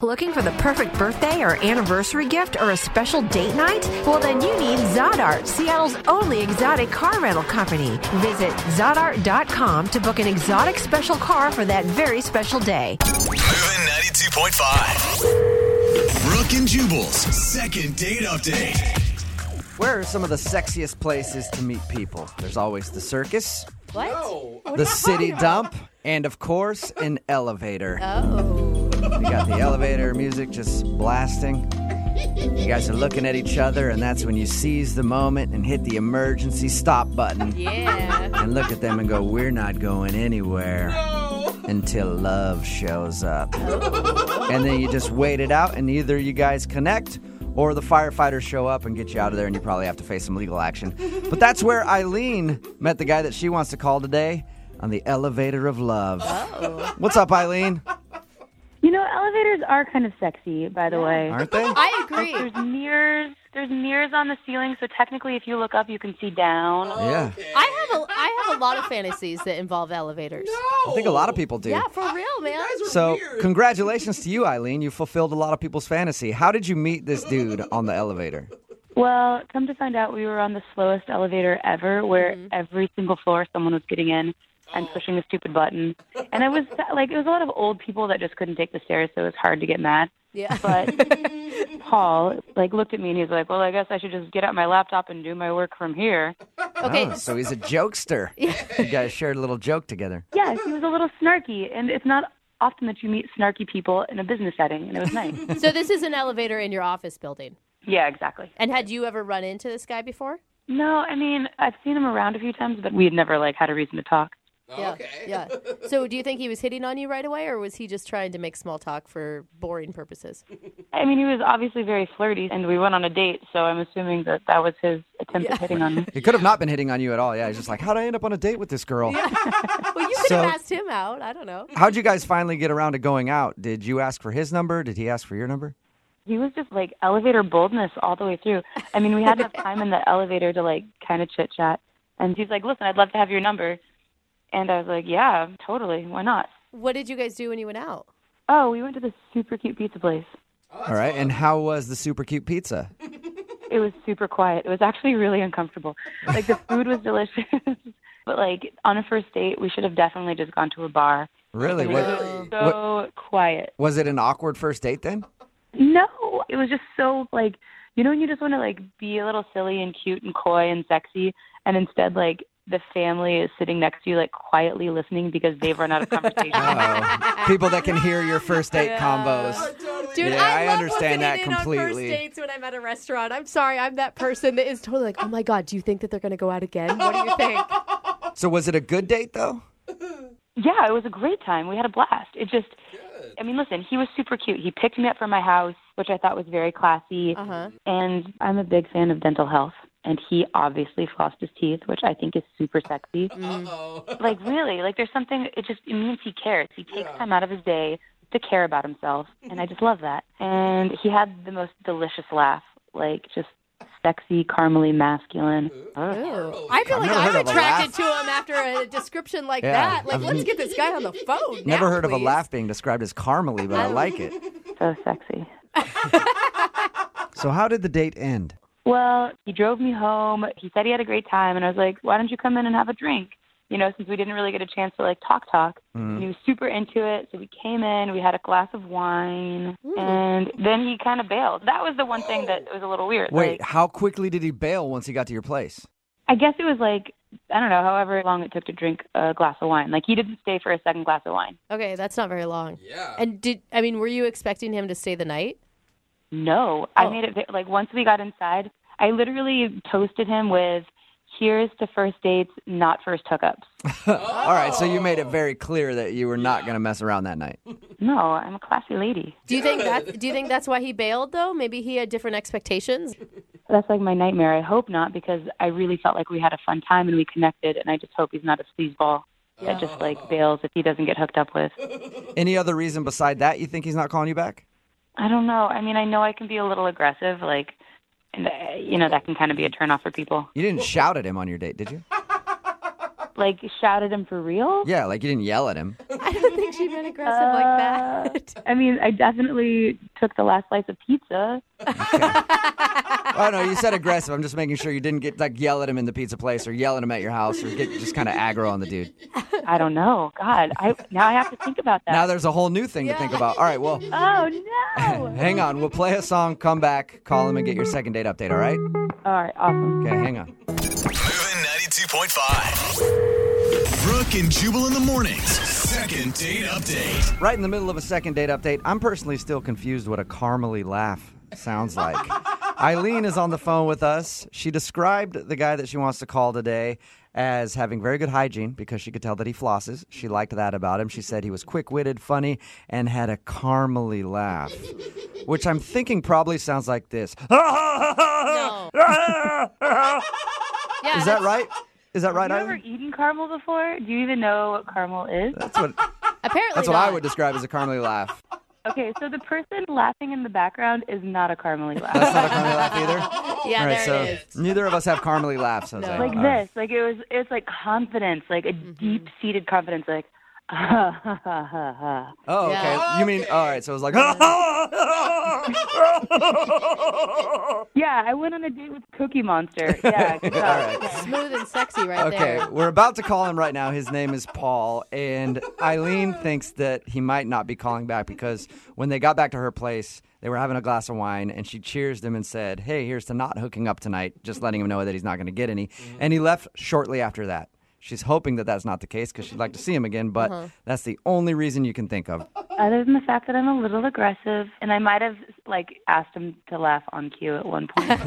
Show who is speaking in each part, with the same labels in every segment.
Speaker 1: Looking for the perfect birthday or anniversary gift or a special date night? Well, then you need Zodart, Seattle's only exotic car rental company. Visit Zodart.com to book an exotic special car for that very special day.
Speaker 2: Moving 92.5. Brooke and Jubal's second date update.
Speaker 3: Where are some of the sexiest places to meet people? There's always the circus,
Speaker 4: What?
Speaker 3: the city dump, and of course, an elevator. Oh. You got the elevator music just blasting. You guys are looking at each other, and that's when you seize the moment and hit the emergency stop button
Speaker 4: Yeah.
Speaker 3: and look at them and go, We're not going anywhere until love shows up. and then you just wait it out, and either you guys connect or the firefighters show up and get you out of there, and you probably have to face some legal action. But that's where Eileen met the guy that she wants to call today on the elevator of love.
Speaker 4: Oh.
Speaker 3: What's up, Eileen?
Speaker 5: You know, elevators are kind of sexy, by the way.
Speaker 3: Aren't they?
Speaker 4: I agree.
Speaker 5: There's mirrors. There's mirrors on the ceiling, so technically, if you look up, you can see down.
Speaker 3: Yeah.
Speaker 4: I have a I have a lot of fantasies that involve elevators.
Speaker 3: I think a lot of people do.
Speaker 4: Yeah, for real, man.
Speaker 3: So, congratulations to you, Eileen. You fulfilled a lot of people's fantasy. How did you meet this dude on the elevator?
Speaker 5: Well, come to find out, we were on the slowest elevator ever, where every single floor someone was getting in and pushing the stupid button. And it was like it was a lot of old people that just couldn't take the stairs, so it was hard to get mad.
Speaker 4: Yeah.
Speaker 5: But Paul like looked at me and he was like, "Well, I guess I should just get out my laptop and do my work from here."
Speaker 4: Okay.
Speaker 3: Oh, so he's a jokester. you guys shared a little joke together.
Speaker 5: Yes, he was a little snarky, and it's not often that you meet snarky people in a business setting, and it was nice.
Speaker 4: So this is an elevator in your office building.
Speaker 5: yeah, exactly.
Speaker 4: And had you ever run into this guy before?
Speaker 5: No, I mean I've seen him around a few times, but we had never like had a reason to talk.
Speaker 4: Yeah. Okay. Yeah. So do you think he was hitting on you right away or was he just trying to make small talk for boring purposes?
Speaker 5: I mean, he was obviously very flirty, and we went on a date, so I'm assuming that that was his attempt at hitting on me.
Speaker 3: He could have not been hitting on you at all. Yeah, he's just like, how'd I end up on a date with this girl?
Speaker 4: Well, you could have
Speaker 3: So-
Speaker 4: asked him out. I don't know.
Speaker 3: How'd you guys finally get around to going out? Did you ask for his number? Did he ask for your number?
Speaker 5: He was just like elevator boldness all the way through. I mean, we had enough time in the elevator to like kind of chit chat, and he's like, "Listen, I'd love to have your number," and I was like, "Yeah, totally. Why not?"
Speaker 4: What did you guys do when you went out?
Speaker 5: Oh, we went to this super cute pizza place.
Speaker 3: all right. And how was the super cute pizza?
Speaker 5: It was super quiet. It was actually really uncomfortable. Like the food was delicious, but like on a first date, we should have definitely just gone to a bar.
Speaker 3: Really? What,
Speaker 5: It was so quiet.
Speaker 3: was it an awkward first date then?
Speaker 5: No, it was just so like you know when you just want to like be a little silly and cute and coy and sexy, and instead like the family is sitting next to you like quietly listening because they've run out of conversation.
Speaker 3: Oh, people that can hear your first date combos.
Speaker 4: Dude,
Speaker 3: Yeah,
Speaker 4: I,
Speaker 3: I
Speaker 4: love
Speaker 3: understand that
Speaker 4: listening in On first
Speaker 3: completely.
Speaker 4: dates when I'm at a restaurant, I'm sorry, I'm that person that is totally like, oh my god, do you think that they're gonna go out again? What do you think?
Speaker 3: So, was it a good date though?
Speaker 5: Yeah, it was a great time. We had a blast. It just, I mean, listen, he was super cute. He picked me up from my house, which I thought was very classy.
Speaker 4: Uh-huh.
Speaker 5: And I'm a big fan of dental health. And he obviously flossed his teeth, which I think is super sexy. like, really, like, there's something, it just it means he cares. He takes time out of his day to care about himself. And I just love that. And he had the most delicious laugh, like, just sexy, caramely masculine. Ugh.
Speaker 4: Ooh. I feel
Speaker 3: Oh, I've
Speaker 4: like
Speaker 3: never heard
Speaker 4: I'm
Speaker 3: of a
Speaker 4: attracted to him after a description like
Speaker 3: Yeah,
Speaker 4: that. Like,
Speaker 3: I've
Speaker 4: let's
Speaker 3: n-
Speaker 4: get this guy on the phone.
Speaker 3: Never
Speaker 4: now,
Speaker 3: heard of a
Speaker 4: please.
Speaker 3: laugh being described as Carmely, but I like it.
Speaker 5: So sexy.
Speaker 3: So, how did the date end?
Speaker 5: Well, he drove me home. He said he had a great time, and I was like, "Why don't you come in and have a drink?" You know, since we didn't really get a chance to like talk talk. And he was super into it, so we came in. We had a glass of wine, and then he kind of bailed. That was the one thing that was a little weird.
Speaker 3: Wait,
Speaker 5: like,
Speaker 3: how quickly did he bail once he got to your place?
Speaker 5: I guess it was like I don't know, however long it took to drink a glass of wine. Like he didn't stay for a second glass of wine.
Speaker 4: Okay, that's not very long. Yeah. And did I mean, were you expecting him to stay the night?
Speaker 5: No, I made it ve- like once we got inside, I literally toasted him with, "Here's to first dates, not first hookups."
Speaker 3: All right, so you made it very clear that you were not going to mess around that night.
Speaker 5: no, I'm a classy lady.
Speaker 4: Do you think that? Do you think that's why he bailed though? Maybe he had different expectations.
Speaker 5: That's like my nightmare. I hope not because I really felt like we had a fun time and we connected, and I just hope he's not a sleazeball that just
Speaker 3: Oh.
Speaker 5: like bails if he doesn't get hooked up with.
Speaker 3: Any other reason beside that you think he's not calling you back?
Speaker 5: I don't know. I mean, I know I can be a little aggressive, like, and uh, you know that can kind of be a turnoff for people.
Speaker 3: You didn't shout at him on your date, did you?
Speaker 5: Like, shout at him for real?
Speaker 3: Yeah, like you didn't yell at him.
Speaker 4: I don't think she she been aggressive like that?
Speaker 5: I mean, I definitely took the last slice of pizza.
Speaker 3: Oh no, you said aggressive. I'm just making sure you didn't get like yell at him in the pizza place or yell at him at your house or get just kind of aggro on the dude.
Speaker 5: I don't know. God, I now I have to think about that.
Speaker 3: Now there's a whole new thing to think about. All right, well,
Speaker 5: oh no!
Speaker 3: hang on. We'll play a song, come back, call him, and get your second date update. All right?
Speaker 5: All right, awesome.
Speaker 3: Okay, hang on.
Speaker 2: Moving 92.5. Brooke and Jubal in the mornings. Second date update.
Speaker 3: Right in the middle of a second date update, I'm personally still confused what a Carmely laugh sounds like. Eileen is on the phone with us. She described the guy that she wants to call today as having very good hygiene because she could tell that he flosses. She liked that about him. She said he was quick witted, funny, and had a Carmely laugh, which I'm thinking probably sounds like this.
Speaker 4: No. Yeah,
Speaker 3: Is that right? Is that right,
Speaker 5: Have you ever
Speaker 3: Eileen?
Speaker 5: eaten caramel before? Do you even know what caramel is?
Speaker 3: That's what,
Speaker 4: Apparently,
Speaker 3: that's what I
Speaker 4: not.
Speaker 3: would describe as a Carmely laugh.
Speaker 5: Okay, so the person laughing in the background is not a Carmelie
Speaker 3: That's
Speaker 5: laugh.
Speaker 3: not a Carmely laugh either.
Speaker 4: Yeah,
Speaker 3: All right,
Speaker 4: there
Speaker 3: so
Speaker 4: it is.
Speaker 3: neither of us have Carmely laughs, Jose.
Speaker 4: No.
Speaker 5: like
Speaker 3: All right.
Speaker 5: this, like it was, it's like confidence, like a deep-seated confidence, like. ha, ha, ha, ha, ha.
Speaker 3: Oh, okay.
Speaker 4: Yeah.
Speaker 3: You mean all right? So it was like,
Speaker 5: yeah, I went on a date with Cookie Monster. Yeah, good job.
Speaker 4: Smooth and sexy right
Speaker 3: okay.
Speaker 4: there.
Speaker 3: We're about to call him right now. His name is Paul, and Eileen thinks that he might not be calling back because when they got back to her place, they were having a glass of wine, and she cheers him and said, "Hey, here's to not hooking up tonight." Just letting him know that he's not going to get any,
Speaker 4: Mm-hmm.
Speaker 3: and he left shortly after that. She's hoping that that's not the case because she'd like to see him again, but
Speaker 4: Uh-huh.
Speaker 3: that's the only reason you can think of.
Speaker 5: Other than the fact that I'm a little aggressive, and I might have like asked him to laugh on cue at one point.
Speaker 3: Would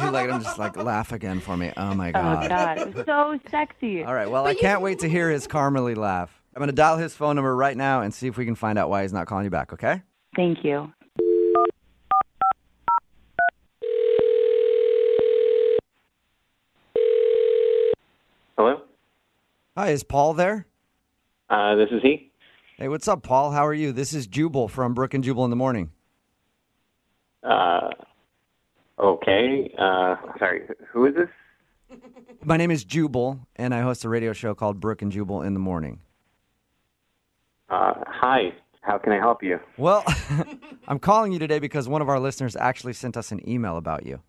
Speaker 3: you like him to just like laugh again for me? Oh my
Speaker 5: Oh God, it was so sexy.
Speaker 3: All right. Well, I can't wait to hear his Carmely laugh. I'm going to dial his phone number right now and see if we can find out why he's not calling you back, okay?
Speaker 5: Thank you.
Speaker 6: Hello?
Speaker 3: Hi, is Paul there?
Speaker 6: Uh, this is he.
Speaker 3: Hey, what's up, Paul? How are you? This is Jubal from Brook and Jubal in the Morning.
Speaker 6: Uh, okay. Uh, sorry. Who is this?
Speaker 3: My name is Jubal, and I host a radio show called Brook and Jubal in the Morning.
Speaker 6: Uh, hi. How can I help you?
Speaker 3: Well, I'm calling you today because one of our listeners actually sent us an email about you.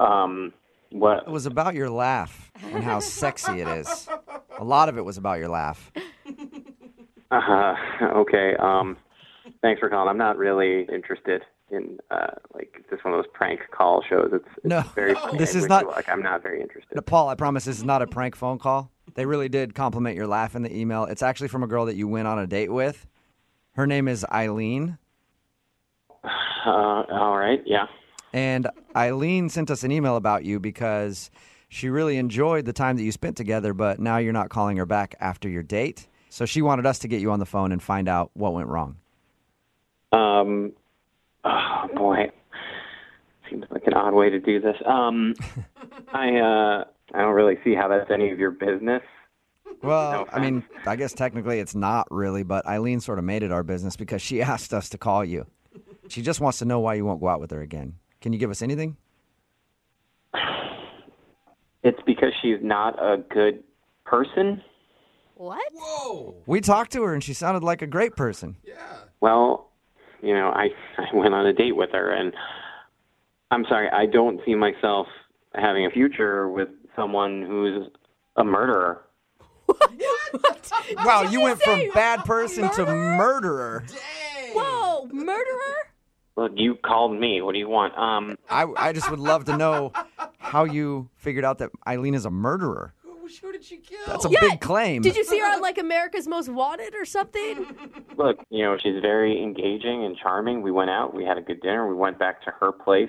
Speaker 6: Um, what?
Speaker 3: It was about your laugh and how sexy it is. A lot of it was about your laugh.
Speaker 6: Uh, okay. Um, thanks for calling. I'm not really interested in uh, like just one of those prank call shows. It's, it's
Speaker 3: No.
Speaker 6: very.
Speaker 3: This is
Speaker 6: with
Speaker 3: not-
Speaker 6: you, Like I'm not very interested.
Speaker 3: No, Paul, I promise this is not a prank phone call. They really did compliment your laugh in the email. It's actually from a girl that you went on a date with. Her name is Eileen.
Speaker 6: Uh, all right. Yeah.
Speaker 3: And Eileen sent us an email about you because she really enjoyed the time that you spent together, but now you're not calling her back after your date. So she wanted us to get you on the phone and find out what went wrong.
Speaker 6: Um, oh boy, seems like an odd way to do this. Um, I uh, I don't really see how that's any of your business.
Speaker 3: Well, I mean, I guess technically it's not really, but Eileen sort of made it our business because she asked us to call you. She just wants to know why you won't go out with her again. Can you give us anything?
Speaker 6: It's because she's not a good person.
Speaker 4: What?
Speaker 3: We talked to her and she sounded like a great person.
Speaker 6: Well, you know, I I went on a date with her, and I'm sorry, I don't see myself having a future with someone who's a murderer.
Speaker 3: Wow, you went from bad person to murderer.
Speaker 4: Whoa, murderer?
Speaker 6: Look, you called me. What do you want? Um,
Speaker 3: I, I just would love to know how you figured out that Eileen is a murderer. Who did she kill? That's a big claim.
Speaker 4: Did you see her on like America's Most Wanted or something?
Speaker 6: look, you know, she's very engaging and charming. We went out, we had a good dinner, we went back to her place.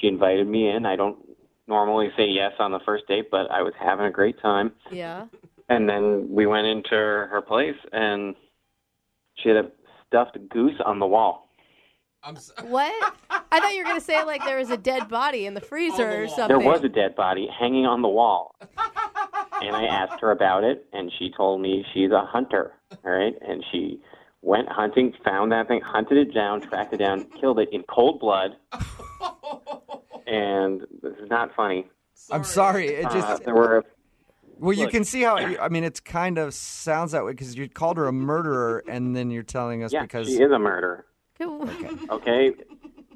Speaker 6: She invited me in. I don't normally say yes on the first date, but I was having a great time.
Speaker 4: Yeah.
Speaker 6: And then we went into her place, and she had a stuffed goose on the wall.
Speaker 4: What? I thought you were gonna say like there was a dead body in the freezer or something.
Speaker 6: There was a dead body hanging on the wall. And I asked her about it, and she told me she's a hunter, all right? And she went hunting, found that thing, hunted it down, tracked it down, killed it in cold blood. And this is not funny.
Speaker 3: I'm sorry. It
Speaker 6: Uh,
Speaker 3: just
Speaker 6: there were
Speaker 3: Well, you
Speaker 6: Look.
Speaker 3: can see how. I mean, it's kind of sounds that way because you called her a murderer, and then you're telling us
Speaker 6: Yeah,
Speaker 3: because
Speaker 6: she is a murderer. Okay,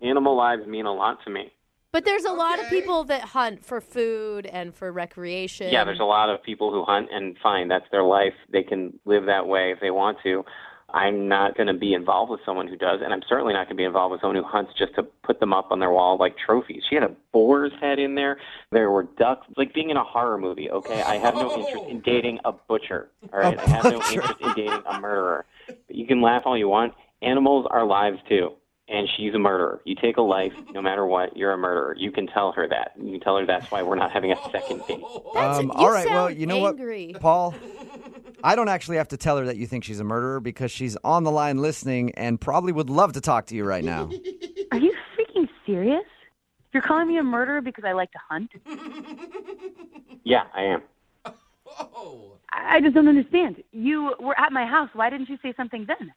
Speaker 6: animal lives mean a lot to me.
Speaker 4: But there's a lot of people that hunt for food and for recreation.
Speaker 6: Yeah, there's a lot of people who hunt and find that's their life. They can live that way if they want to. I'm not going to be involved with someone who does, and I'm certainly not going to be involved with someone who hunts just to put them up on their wall like trophies. She had a boar's head in there. There were ducks. It's like being in a horror movie, okay? I have no interest in dating a butcher, all right? I have no interest in dating a murderer. But you can laugh all you want. Animals are lives too, and she's a murderer. You take a life, no matter what, you're a murderer. You can tell her that. You can tell her that's why we're not having a second date.
Speaker 4: That's-
Speaker 3: Um,
Speaker 4: you
Speaker 3: all right, well,
Speaker 4: sound
Speaker 3: you know
Speaker 4: angry.
Speaker 3: what, Paul? I don't actually have to tell her that you think she's a murderer because she's on the line listening and probably would love to talk to you right now.
Speaker 5: Are you freaking serious? You're calling me a murderer because I like to hunt?
Speaker 6: Yeah, I am.
Speaker 5: I I just don't understand. You were at my house. Why didn't you say something then?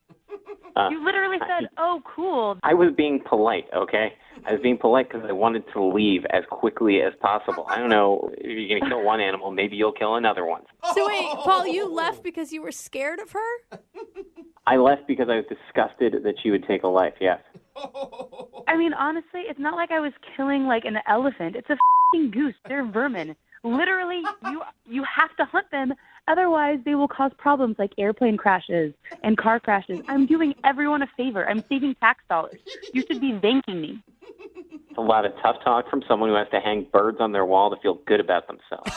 Speaker 6: Uh,
Speaker 5: You literally said, "Oh, cool."
Speaker 6: I was being polite, okay? I was being polite because I wanted to leave as quickly as possible. I don't know if you're going to kill one animal, maybe you'll kill another one.
Speaker 4: So wait, Paul, you left because you were scared of her?
Speaker 6: I left because I was disgusted that she would take a life, yes.
Speaker 5: I mean, honestly, it's not like I was killing like an elephant. It's a fing goose. They're vermin. Literally, you you have to hunt them. Otherwise, they will cause problems like airplane crashes and car crashes. I'm doing everyone a favor. I'm saving tax dollars. You should be thanking me.
Speaker 6: It's a lot of tough talk from someone who has to hang birds on their wall to feel good about themselves.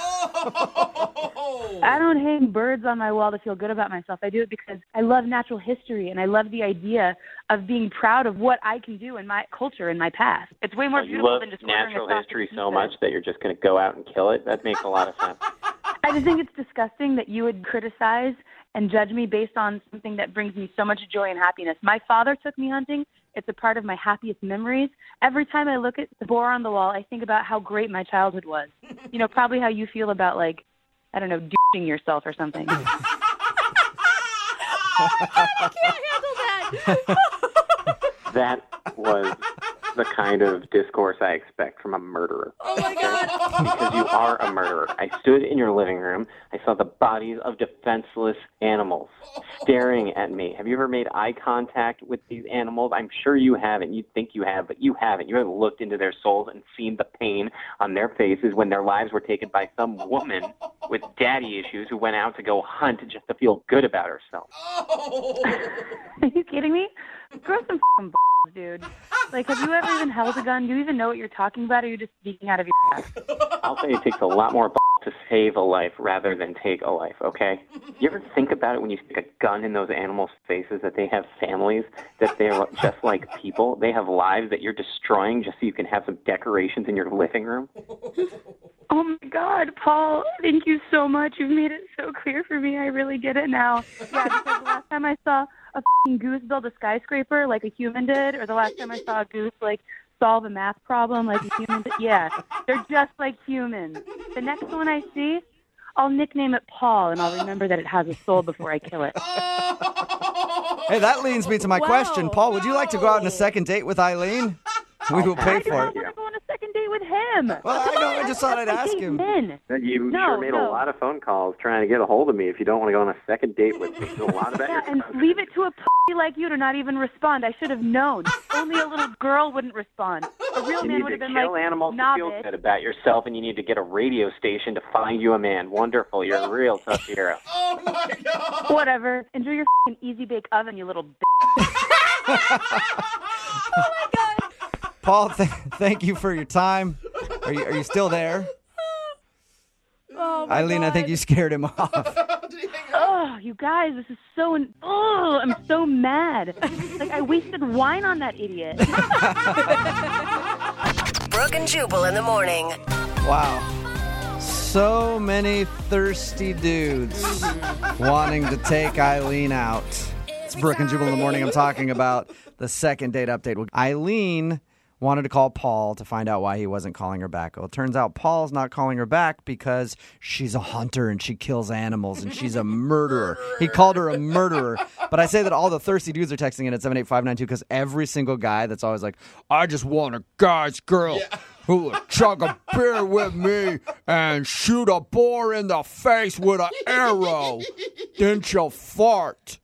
Speaker 5: I don't hang birds on my wall to feel good about myself. I do it because I love natural history and I love the idea of being proud of what I can do in my culture and my past. It's way more
Speaker 6: you
Speaker 5: beautiful
Speaker 6: love
Speaker 5: than just ordering
Speaker 6: natural
Speaker 5: a sausage
Speaker 6: history
Speaker 5: pizza.
Speaker 6: so much that you're just going to go out and kill it. That makes a lot of sense.
Speaker 5: I just think it's disgusting that you would criticize and judge me based on something that brings me so much joy and happiness. My father took me hunting. It's a part of my happiest memories. Every time I look at the boar on the wall, I think about how great my childhood was. You know, probably how you feel about like, I don't know, douching yourself or something.
Speaker 4: Can't handle that.
Speaker 6: That was the kind of discourse I expect from a murderer. Oh my god! Because you are a murderer. I stood in your living room. I saw the bodies of defenseless animals staring at me. Have you ever made eye contact with these animals? I'm sure you haven't. You think you have, but you haven't. You haven't looked into their souls and seen the pain on their faces when their lives were taken by some woman with daddy issues who went out to go hunt just to feel good about herself.
Speaker 5: Are you kidding me? Grow some fing balls, dude. Like, have you ever even held a gun? Do you even know what you're talking about? Or are you just speaking out of your ass?
Speaker 6: I'll say it takes a lot more to save a life rather than take a life, okay? You ever think about it when you stick a gun in those animals' faces that they have families, that they're just like people? They have lives that you're destroying just so you can have some decorations in your living room?
Speaker 5: Oh my God, Paul! Thank you so much. You've made it so clear for me. I really get it now. Yeah, because the last time I saw a fing goose build a skyscraper like a human did, or the last time I saw a goose like solve a math problem like a human did. Yeah, they're just like humans. The next one I see, I'll nickname it Paul, and I'll remember that it has a soul before I kill it.
Speaker 3: Hey, that leads me to my
Speaker 4: Wow.
Speaker 3: question, Paul. Would you like to go out on a second date with Eileen? We will pay
Speaker 5: I
Speaker 3: for it.
Speaker 5: don't want to go on a second date with him.
Speaker 3: Well, I know. I just thought I'd ask
Speaker 5: Date
Speaker 3: him.
Speaker 5: men.
Speaker 6: You
Speaker 5: No,
Speaker 6: sure made a
Speaker 5: no.
Speaker 6: lot of phone calls trying to get a hold of me if you don't want to go on a second date with me. You know a lot about
Speaker 5: Yeah, and
Speaker 6: yourself.
Speaker 5: leave it to a pussy like you to not even respond. I should have known. Only a little girl wouldn't respond. A real
Speaker 6: You
Speaker 5: man
Speaker 6: need
Speaker 5: would
Speaker 6: to
Speaker 5: have been
Speaker 6: kill
Speaker 5: like,
Speaker 6: animals
Speaker 5: nah,
Speaker 6: to feel
Speaker 5: bitch.
Speaker 6: good about yourself, and you need to get a radio station to find you a man. Wonderful. You're a real tough hero.
Speaker 5: whatever. Enjoy your fing easy bake oven, you little bitch.
Speaker 3: Paul, th- thank you for your time. Are you, are you still there?
Speaker 4: Oh my
Speaker 3: Eileen, I think
Speaker 4: God.
Speaker 3: you scared him off.
Speaker 5: Oh, you guys, this is so. In- oh, I'm so mad. like I wasted wine on that idiot.
Speaker 7: Brooke and Jubal in the morning.
Speaker 3: Wow. So many thirsty dudes wanting to take Eileen out. It's Brooke and Jubal in the morning. I'm talking about the second date update. Well, Eileen wanted to call Paul to find out why he wasn't calling her back. Well, it turns out Paul's not calling her back because she's a hunter and she kills animals and she's a murderer. he called her a murderer. But I say that all the thirsty dudes are texting in at 78592 because every single guy that's always like, I just want a guy's girl. Who would chug a beer with me and shoot a boar in the face with an arrow? then she'll fart.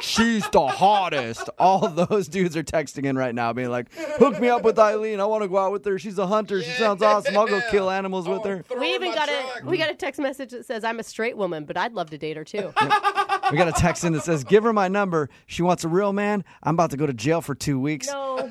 Speaker 3: She's the hottest. All those dudes are texting in right now, being like, "Hook me up with Eileen. I want to go out with her. She's a hunter. She sounds awesome. I'll go kill animals with her."
Speaker 4: We even got a we got a text message that says I'm a straight woman, but I'd love to date her too.
Speaker 3: We got a text in that says, "Give her my number. She wants a real man. I'm about to go to jail for two weeks,
Speaker 4: no,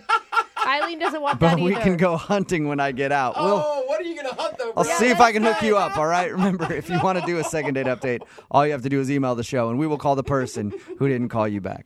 Speaker 4: Eileen doesn't want
Speaker 3: but
Speaker 4: that
Speaker 3: we
Speaker 4: either.
Speaker 3: can go hunting when I get out." We'll-
Speaker 8: Oh, what are you gonna hunt though?
Speaker 3: I'll
Speaker 8: bro?
Speaker 3: see if I can hook you up. All right. Remember, if you want to do a second date update, all you have to do is email the show, and we will call the person who didn't call you back.